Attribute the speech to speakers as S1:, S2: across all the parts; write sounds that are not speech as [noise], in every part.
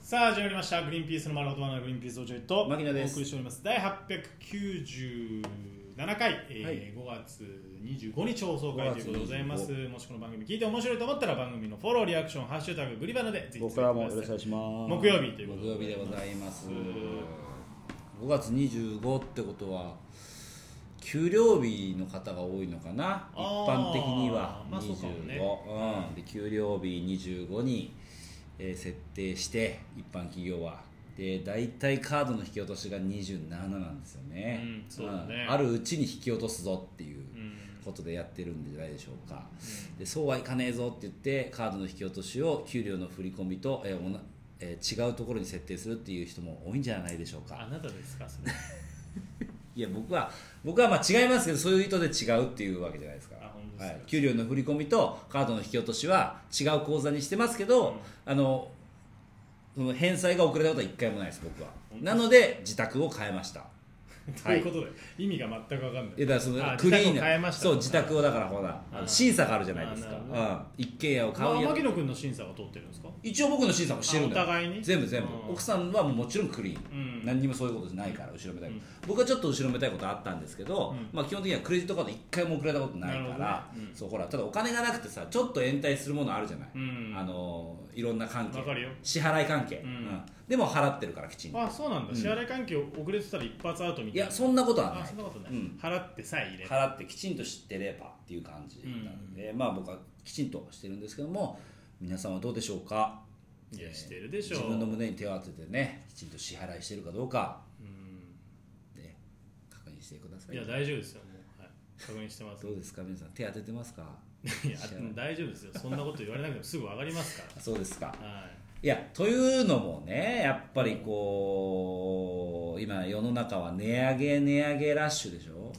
S1: さあ始まりました「グリーンピースの丸ほどのグリーンピースおじょい」とお送
S2: 牧野
S1: り
S2: です
S1: しております第897回、えー5月25日放送回ということでございます
S2: 5
S1: もしこの番組聞いて面白いと思ったら番組のフォローリアクション「ハッシュタググリバナ」でぜひ
S2: 僕らもよろしくお願いします
S1: 木曜日ということ
S2: 木
S1: で
S2: 曜日でございます
S1: う
S2: 5月25ってことは給料日の方が多いのかな一
S1: あー
S2: 般的には25、
S1: まあそうかもね
S2: うん、で給料日25に、えー設定して一般企業はで大体カードの引き落としが27なんですよね,
S1: うんそうだね
S2: んあるうちに引き落とすぞっていう
S1: うん
S2: ことでやってるんじゃないでしょうか、でそうはいかねえぞって言ってカードの引き落としを給料の振り込みと、えーおなえー違うところに設定するっていう人も多いんじゃないでしょう
S1: あ
S2: か
S1: なたですかそれ
S2: いや僕は僕はまあ違いますけどそういう意図で違うっていうわけじゃないですか
S1: あ本当ですか
S2: はい、給料の振り込みとカードの引き落としは違う口座にしてますけど、あのその返済が遅れたことは一回もないです僕は
S1: 本当
S2: なので自宅を変えました
S1: ということで、意味が全く分かんない
S2: いやだからその
S1: あ
S2: クリ
S1: 自
S2: ー
S1: 宅を変え
S2: ン
S1: ま
S2: な
S1: した
S2: そう自宅をだからほらあ
S1: うん
S2: の審査があるじゃないですか、
S1: あ
S2: う
S1: なるほ
S2: ん、一軒家を買
S1: まあ
S2: うや
S1: 牧野君の審査は通ってるんですか
S2: 一応僕の審査もしてるんだよ
S1: あお互いに
S2: 全部全部、
S1: うん
S2: 奥さんはもうもちろんクリーン、
S1: うん
S2: 何にもそういうことないから後ろめたい、
S1: うん
S2: 僕はちょっと後ろめたいことあったんですけど、
S1: うん
S2: まあ、基本的にはクレジットカード一回も送られたことないか
S1: なる
S2: ら、
S1: ほどねうん
S2: そうほらただお金がなくてさちょっと延滞するものあるじゃない、
S1: うん
S2: あのいろんな関係
S1: わかるよ
S2: 支払い関係、
S1: うん
S2: でも払ってるからきちんと
S1: あそうなんだ、
S2: うん
S1: 支払い関係遅れてたら一発アウトみ
S2: い
S1: たいな
S2: やそんなことはな
S1: あ
S2: い
S1: そんなことない、
S2: うん
S1: 払ってさえ入れば
S2: 払ってきちんと知ってればっていう感じなので、まあ僕はきちんとしてるんですけども皆さんはどうでしょうか
S1: いやしてるでしょう
S2: 自分の胸に手を当ててねきちんと支払いしてるかどうか、ね、確認してください
S1: いや大丈夫ですよもう、はい、確認してます
S2: どうですか皆さん手当ててますか
S1: いや大丈夫ですよそんなこと言われなくてもすぐ分かりますか、
S2: あそうですから
S1: はい
S2: やというのもねやっぱりこう今世の中は値上げ値上げラッシュでしょ
S1: い、困っ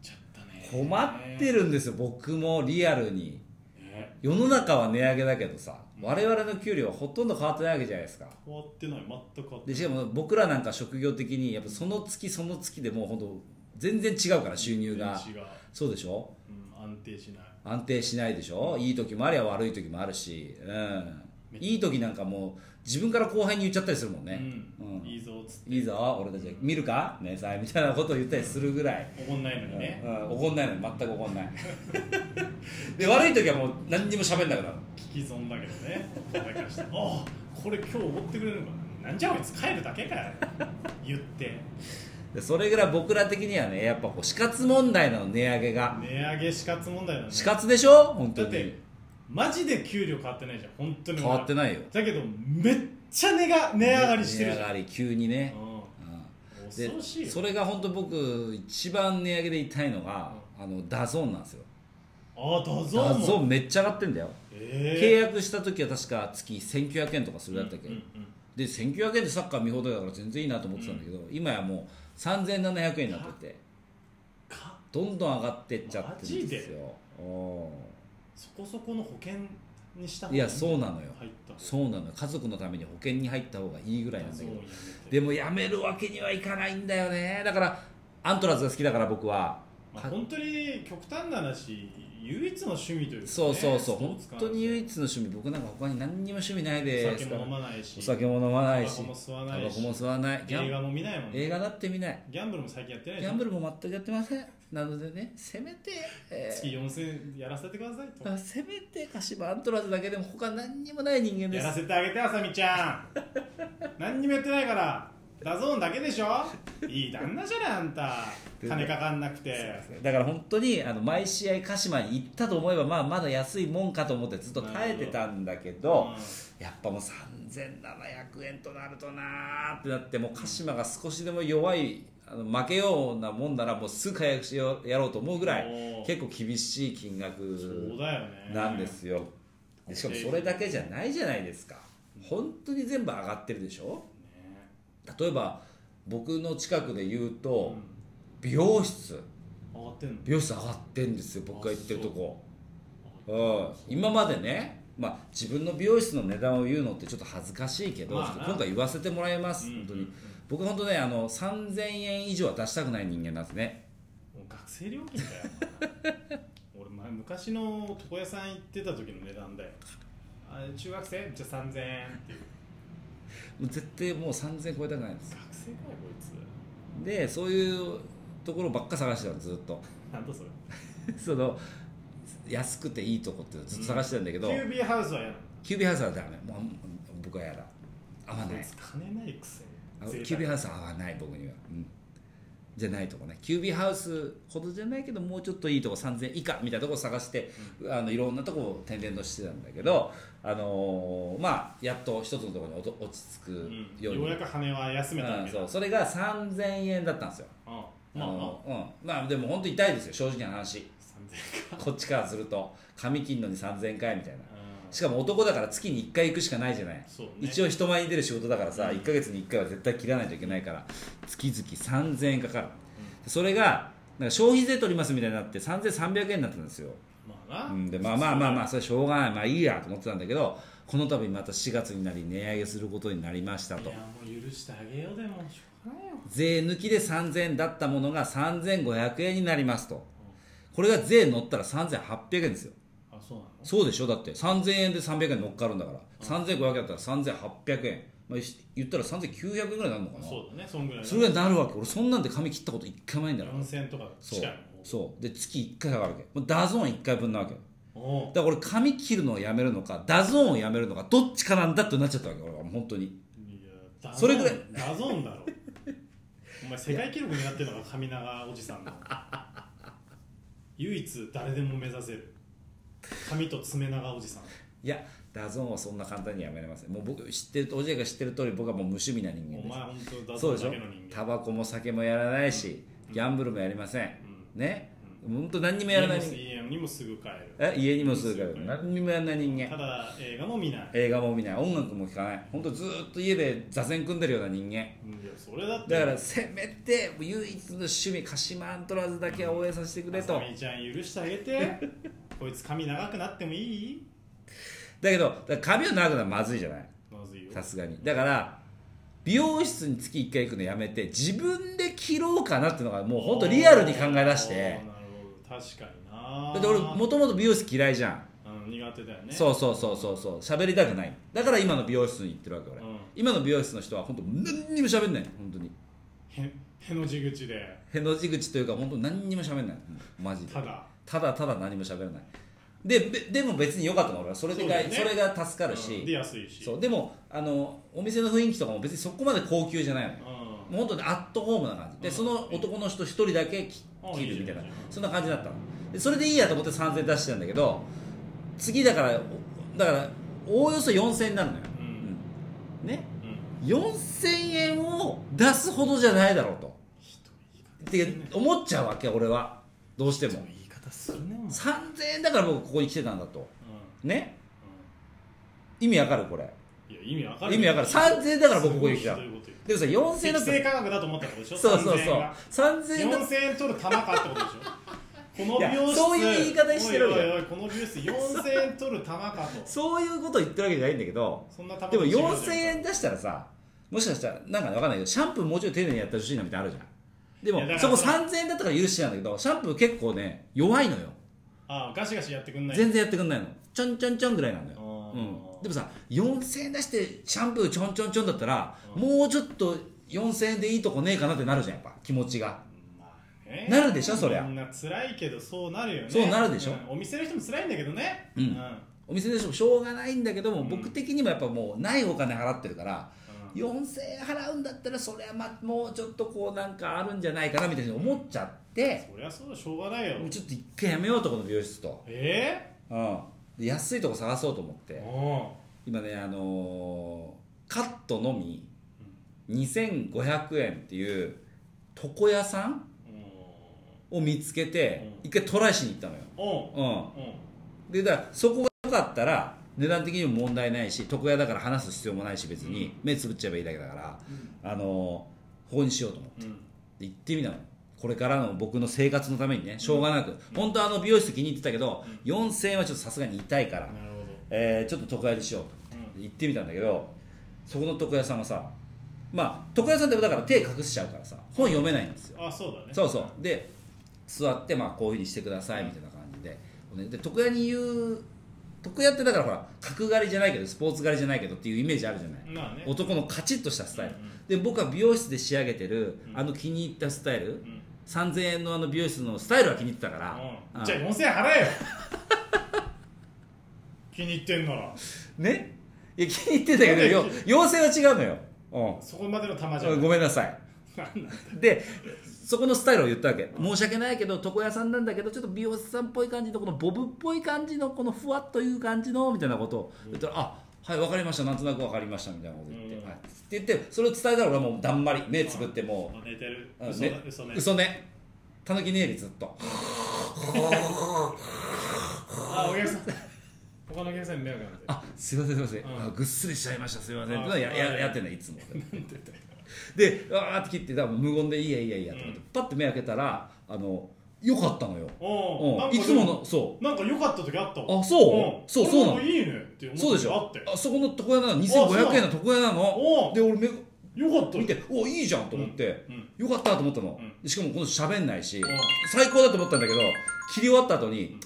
S1: ちゃったね
S2: 困ってるんですよ僕もリアルに
S1: ね
S2: 世の中は値上げだけどさ我々の給料はほとんど変わってないわけじゃないですか
S1: 変わってない全く変わって
S2: でしかも僕らなんか職業的にやっぱその月その月でもうほんと全然違うから収
S1: な
S2: 入
S1: い
S2: が
S1: 全然違う、
S2: そうでしょ
S1: うん、安定しない
S2: 安定しないでしょいい時もありゃ悪い時もあるし、うん、いい時なんかもう自分から後輩に言っちゃったりするもんね、
S1: うん
S2: うん
S1: いいぞっつって
S2: いいぞ俺たち見るかねさみたいなことを言ったりするぐらい、
S1: 怒んないのにね、
S2: うん、怒んないのに全く怒んない [laughs] で悪い時はもう何にも喋んなくなる
S1: 聞き損だけどねだからして「あこれ今日おごってくれるのかななんじゃこいつ帰るだけかよ」言って
S2: でそれぐらい僕ら的にはねやっぱこう死活問題なの値上げが
S1: 値上げ死活問題なの
S2: 死活でしょ本当
S1: だっ
S2: に
S1: てマジで給料変わってないじゃん本当に
S2: 変わってないよ
S1: だけどめっちゃ値が値上がりしてるじ
S2: 値上
S1: ゃん、
S2: がり急にね、
S1: うん
S2: うんで
S1: 恐ろしいよ
S2: それが本当僕一番値上げで痛いのが、あのダゾーンなんですよ
S1: あダゾー
S2: ダ
S1: ンも
S2: ゾーンめっちゃ上がってんだよ、
S1: え
S2: 契約した時は確か月1900円とかす
S1: え
S2: るだったっけ、
S1: うんうん
S2: で1900円でサッカー見放題だから全然いいなと思ってたんだけど、今やもう3700円になってて
S1: か
S2: どんどん上がってっちゃってるんですよう
S1: そこそこの保険にした方
S2: んいやそうなのよ
S1: 入った方
S2: そうなのよ家族のために保険に入った方がいいぐらいなんだけど
S1: ダゾーンやめて
S2: でもやめるわけにはいかないんだよねだからアントラーズが好きだから僕は
S1: まあ、本当に極端な話唯一の趣味というか、ね、
S2: そうそうそう、
S1: スポー
S2: 本
S1: ツ
S2: 当に唯
S1: 一
S2: 一の趣味、僕なんか他に何にも趣味ないで
S1: お
S2: す
S1: 酒
S2: か
S1: も
S2: ら
S1: 飲まないし
S2: お酒も飲まないし、
S1: タバコも吸わないし
S2: タバコも吸わないギャン
S1: 映画も見ないもんね
S2: 映画だって見ない、
S1: ギャンブルも最近やってない
S2: ギ
S1: じゃ
S2: ャ
S1: ん
S2: ンブルも全くやってません、なのでね、せめて、え
S1: 月4000円やらせてくださいと
S2: ーせめて鹿島アントラーズだけでも、他何にもない人間で
S1: やら
S2: す。
S1: せてあげてあさみちゃん
S2: [laughs]
S1: 何にもやってないからダゾーンだけでしょいい旦那じゃないあんた金かかんなくて
S2: だから本当にあの毎試合鹿島に行ったと思えば、まあ、まだ安いもんかと思ってずっと耐えてたんだけど、やっぱもう3700円となるとなーってなってもう鹿島が少しでも弱いあの負けようなもんならもうすぐ解約しようやろうと思うぐら
S1: お
S2: い
S1: ー
S2: 結構厳しい金
S1: うんそう
S2: 額
S1: だよね
S2: なんですよでしかもそれだけじゃないじゃないですか本当に全部上がってるでしょ
S1: ね
S2: 例えば僕の近くで言うと
S1: うん
S2: 美容室
S1: 上がってんの
S2: 美容室上がってんですよ僕が行ってるとこ
S1: あ
S2: うん今までね、まあ、自分の美容室の値段を言うのってちょっと恥ずかしいけど、
S1: まあな
S2: ちょっと今回言わせてもらいます、
S1: うん
S2: 本当に僕本当ねあの3000円以上は出したくない人間なんですね
S1: もう学生料金
S2: [laughs]
S1: だよ俺前昔の床屋さん行ってた時の値段だよあ中学生じゃあ3000円っていう
S2: もう絶対もう3000超えたくないんです
S1: 学生かよこいつ
S2: でそういうところばっか探してたのずっと [laughs]
S1: なんだそれ
S2: その安くていいとこってずっと探してたんだけど、
S1: キュービーハウスはや
S2: キュービーハウスはダメもう僕はやだ合わ
S1: だ
S2: な
S1: こ
S2: い
S1: いつ金ないくせ
S2: あ
S1: に
S2: キュービー
S1: ハ
S2: ハウスは合わない僕には、うん、じゃないとこねキュービーハウスほどじゃないけどもうちょっといいとこ3000以下みたいなとこ探して、あのいろんなとこを転々としてたんだけど、あのーまあやっと一つのところに落落ち着く
S1: うん
S2: ように、
S1: ようやく羽は休めた
S2: う
S1: わ
S2: ん
S1: けだ
S2: そうそれが3000円だったんですよ
S1: うんまあ
S2: あ
S1: まあ
S2: のうん、まあでも本当痛いですよ正直な話
S1: 3000
S2: こっちからすると髪切んのに3000回みたい
S1: 円
S2: な
S1: うん
S2: しかも男だから月に1回行くしかないじゃない
S1: そうね
S2: 一応人前に出る仕事だからさ、
S1: うん
S2: 1ヶ月に1回は絶対切らないといけないから月々3000円かかる、それがなんか消費税取りますみたいになって3300円になったんですよ、
S1: まあ
S2: う、
S1: なん
S2: でまあまあまあまあそれはしょうがないまあいいやと思ってたんだけどこの度また4月になり値上げすることになりました
S1: い
S2: と
S1: やもう許してあげようでもしょうがないよ
S2: 税抜きで3000円だったものが3500円になりますとこれが税乗ったら3800円ですよ
S1: あそうなの
S2: そうでしょだって3000円で300円乗っかるんだから3500円だったら3800円、まあ、し言ったら3900円ぐらいになるのかな
S1: そうだねそんぐらいだ
S2: それがなるわけ俺そんなんで髪切ったこと一回もないんだから
S1: 4000とか
S2: そう
S1: 近い
S2: そうで月1回かかるわけもうダゾーン1回分なわけだ
S1: もんおう
S2: から俺髪切るのをやめるのかダゾーンをやめるのかどっちかなんだってなっちゃったわけ俺は本当に
S1: いやダゾーン
S2: それぐらい
S1: ダゾーンだ
S2: [laughs]
S1: ろお前世界記録になってるのが神長おじさんの唯一誰でも目指せる髪と爪長おじさん
S2: いやダゾーンはそんな簡単にやめれませんもう僕知ってるとおじいが知ってる通り僕はもう無趣味な人間です
S1: お前本当ダ
S2: そ
S1: ゾー
S2: うで
S1: ン
S2: しょ
S1: だけの人間
S2: タバコも酒もやらないし、ギャンブルもやりません、ね本当何にもやらない人
S1: 家
S2: 間
S1: にもすぐ帰る
S2: え家にもするから何にもやらない人
S1: た
S2: 間
S1: だ映画も見ない
S2: 映画も見ない音楽も聴かない本当ずーっと家で座禅組んでるような人間
S1: いやそれだって
S2: だからせめて唯一の趣味鹿島アントラーズだけは応援させてくれ
S1: あさ
S2: と
S1: みちゃん許してあげ
S2: [laughs]
S1: てこいつ髪長くなってもいい
S2: だけどだから髪を長くならまずいじゃない
S1: まずいよ
S2: さすがにだから美容室に月1回行くのやめて自分で切ろうかなっていうのがもう本当リアルに考え出して
S1: あーなるほど確かにな
S2: だって俺もともと美容室嫌いじゃん
S1: うん苦手だよね
S2: そうそうそうそうそう喋りたくないだから今の美容室に行ってるわけ俺、
S1: うん
S2: 今の美容室の人は本当何にも喋んない本当に
S1: へへの字口で
S2: への字口というか本当何にも喋んないうんマジで
S1: ただ
S2: ただただ何も喋らないでべでも別に良かったの俺はそれでかい
S1: そう
S2: そ,、
S1: だよね
S2: れが助かる
S1: うん出
S2: し、
S1: やすいし
S2: そうでもあのお店の雰囲気とかも別にそこまで高級じゃないのよ
S1: うん、
S2: もう本当にアットホームな感じで、
S1: うん
S2: その男の人一人だけき
S1: あ
S2: 切るみたいない
S1: いじゃんいいじゃん
S2: そんな感じだったのでそれでいいやと思って3000円出してたんだけど次だからおだからおおよそ4000円になるのよ、
S1: うん
S2: うんね
S1: うん
S2: 4000円を出すほどじゃないだろうと
S1: ひどい
S2: って思っちゃうわけ俺はどうして
S1: 言い方
S2: も
S1: 言い方するねお前
S2: 3000円だから僕ここに来てたんだと
S1: う
S2: ね
S1: ん
S2: 意味わかるこれ
S1: うんいや意味わかる
S2: 意味わかる3000円だから僕ここに来た
S1: すごいひどいこ
S2: でも
S1: と
S2: さ4000
S1: 言
S2: 円
S1: う
S2: だっ
S1: 適
S2: た
S1: 正価格だと思ったってことでしょ
S2: そうそうそう3000円だっ
S1: 3000円取る玉かってことでしょこの
S2: いや
S1: 美容室
S2: そういう言い方してるわ
S1: おい
S2: け
S1: おいおいこの美容室4000円取る玉か
S2: た
S1: と
S2: そういうこと言ってるわけじゃないんだけど
S1: そんな玉
S2: でも
S1: 一秒
S2: 4000円出したらさもしかしたらなんかわかんないけどシャンプーもうちょい丁寧にやってほしいなみたいなのあるじゃんで
S1: いや
S2: も
S1: だ
S2: そ
S1: か
S2: こ
S1: ら
S2: 3000円だったから許してたんだけどシャンプー結構ね弱いのよ
S1: ああガシガシやってくんない
S2: 全然やってくんないのちょんちょんちょんぐらいなんだよ
S1: あー
S2: うん、でもさ4000円出してシャンプーちょんちょんちょんだったら、もうちょっと4000円でいいとこねえかなってなるじゃんやっぱ気持ちが
S1: まあね
S2: なるでしょそりゃ
S1: みんな辛いけどそうなるよね
S2: そうなるでしょ
S1: んお店の人も辛いんだけどね
S2: うん
S1: うん
S2: お店でしょしょうがないんだけども、
S1: うん
S2: 僕的にもやっぱもうないお金払ってるから、4000円払うんだったらそれはまもうちょっとこうなんかあるんじゃないかなみたいに思っちゃって、
S1: そりゃそうだしょうがないよ
S2: もうちょっと一回やめようとこの美容室と、
S1: え
S2: うん、で安いとこ探そうと思って、
S1: えお
S2: 今ねあのーカットのみ2500円っていう床屋さん
S1: うん
S2: を見つけて
S1: う
S2: 一回トライしに行ったの
S1: おう
S2: よ、
S1: おう
S2: うん、でだからそこが良かったら値段的にも問題ないし床屋だから話す必要もないし別に目つぶっちゃえばいいだけだから、あのーここにしようと思って
S1: うん
S2: で行ってみたのこれからの僕の生活のためにねしょうがなく、本当はあの美容室気に入ってたけど、4000円はちょっとさすがに痛いから、
S1: なるほど
S2: えーちょっと床屋にしようと思って行ってみたんだけどそこの床屋さんはさまあ床屋さんってだから手隠しちゃうからさ本読めないんですよ
S1: あそうだね
S2: そうそうで座ってまあこういうふうにしてくださいみたいな感じで、ねで床屋に言う徳屋ってだからほら角刈りじゃないけどスポーツ刈りじゃないけどっていうイメージあるじゃない、
S1: まあね
S2: 男のカチッとしたスタイル、
S1: うんうん
S2: で僕は美容室で仕上げてる、
S1: うん
S2: あの気に入ったスタイル、
S1: うん
S2: 3000円のあの美容室のスタイルは気に入ってたから、
S1: う
S2: うんん
S1: じゃあ4000円払えよ [laughs] 気に入ってんなら
S2: ねいや気に入ってたけどよ
S1: なんで
S2: 妖精は違うのよ、う
S1: そこまでの玉じゃ
S2: ん、
S1: ん
S2: ごめんなさいでそこのスタイルを言ったわけ申し訳ないけど床屋さんなんだけどちょっと美容師さんっぽい感じのこのボブっぽい感じのこのふわっという感じのみたいなことを言ったら「あはい分かりましたなんとなく分かりました」みたいなこと言って、
S1: うん
S2: はい、って言ってそれを伝えたら俺はもうだんまり目つぶっても
S1: [laughs] 寝てる
S2: う、うん
S1: 嘘だ
S2: ね
S1: 嘘ね
S2: 嘘ねたぬきねえりずっと
S1: あお客さん他のお客さんに迷惑なんで
S2: 「あすいませんすいません、
S1: うん
S2: あぐっすりしちゃいましたすいません」
S1: あ
S2: ってのはやややってない
S1: [laughs]
S2: いつも。でわーって切って多分無言で「いいやいいやいいや」と思って、パッて目開けたらあのよかったのよ、
S1: お
S2: うん、いつものそう
S1: なんか良かった時あったわ
S2: あそうそうそうなの
S1: これもいいねって思った
S2: そうでしょ
S1: あって
S2: あそこの床屋なの
S1: そう
S2: 2500円の床屋な
S1: お
S2: の
S1: う
S2: で俺め
S1: よかった
S2: 見ておいいじゃんと思って、
S1: うん
S2: よかったと思ったの
S1: うん、
S2: でしかもこの人喋んないし
S1: ん
S2: 最高だと思ったんだけど切り終わった後に、
S1: ん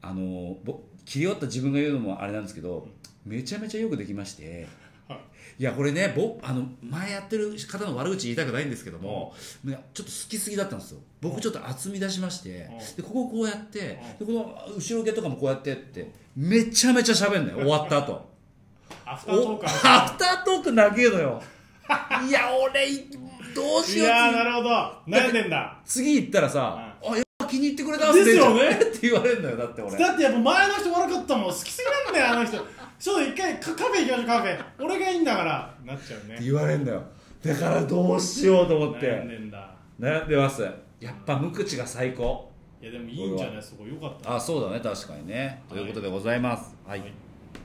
S2: あのーぼ切り終わった自分が言うのもあれなんですけど、めちゃめちゃよくできまして
S1: はい
S2: いやこれねぼあの前やってる方の悪口言いたくないんですけども、ねちょっと好きすぎだったんですよ僕ちょっと厚み出しまして、
S1: うん
S2: でここをこうやって、でこの後ろ毛とかもこうやってってめちゃめちゃ喋んのよ終わった後
S1: アフタートー
S2: お
S1: ク
S2: アフタートーク長え
S1: [laughs]
S2: のよいや俺いどうし
S1: い
S2: よう
S1: やーなるほど悩んでんだ
S2: 次行ったらさ「あやっぱ気に入ってくれたん
S1: ですよね
S2: [laughs] って言われるのよだって俺
S1: だってやっぱ前の人悪かったもん好きすぎなんだよあの人ちょっと一回カカフェ行きましょうカフェ俺がいいんだからなっちゃう
S2: って
S1: ね
S2: 言われるのよだからどうしようと思っ
S1: 悩ん
S2: て
S1: でんだ
S2: 悩んでますやっぱ無口が最高
S1: いやでもいいんじゃないそこよかった
S2: あそうだね確かにねということでございますはい
S1: はい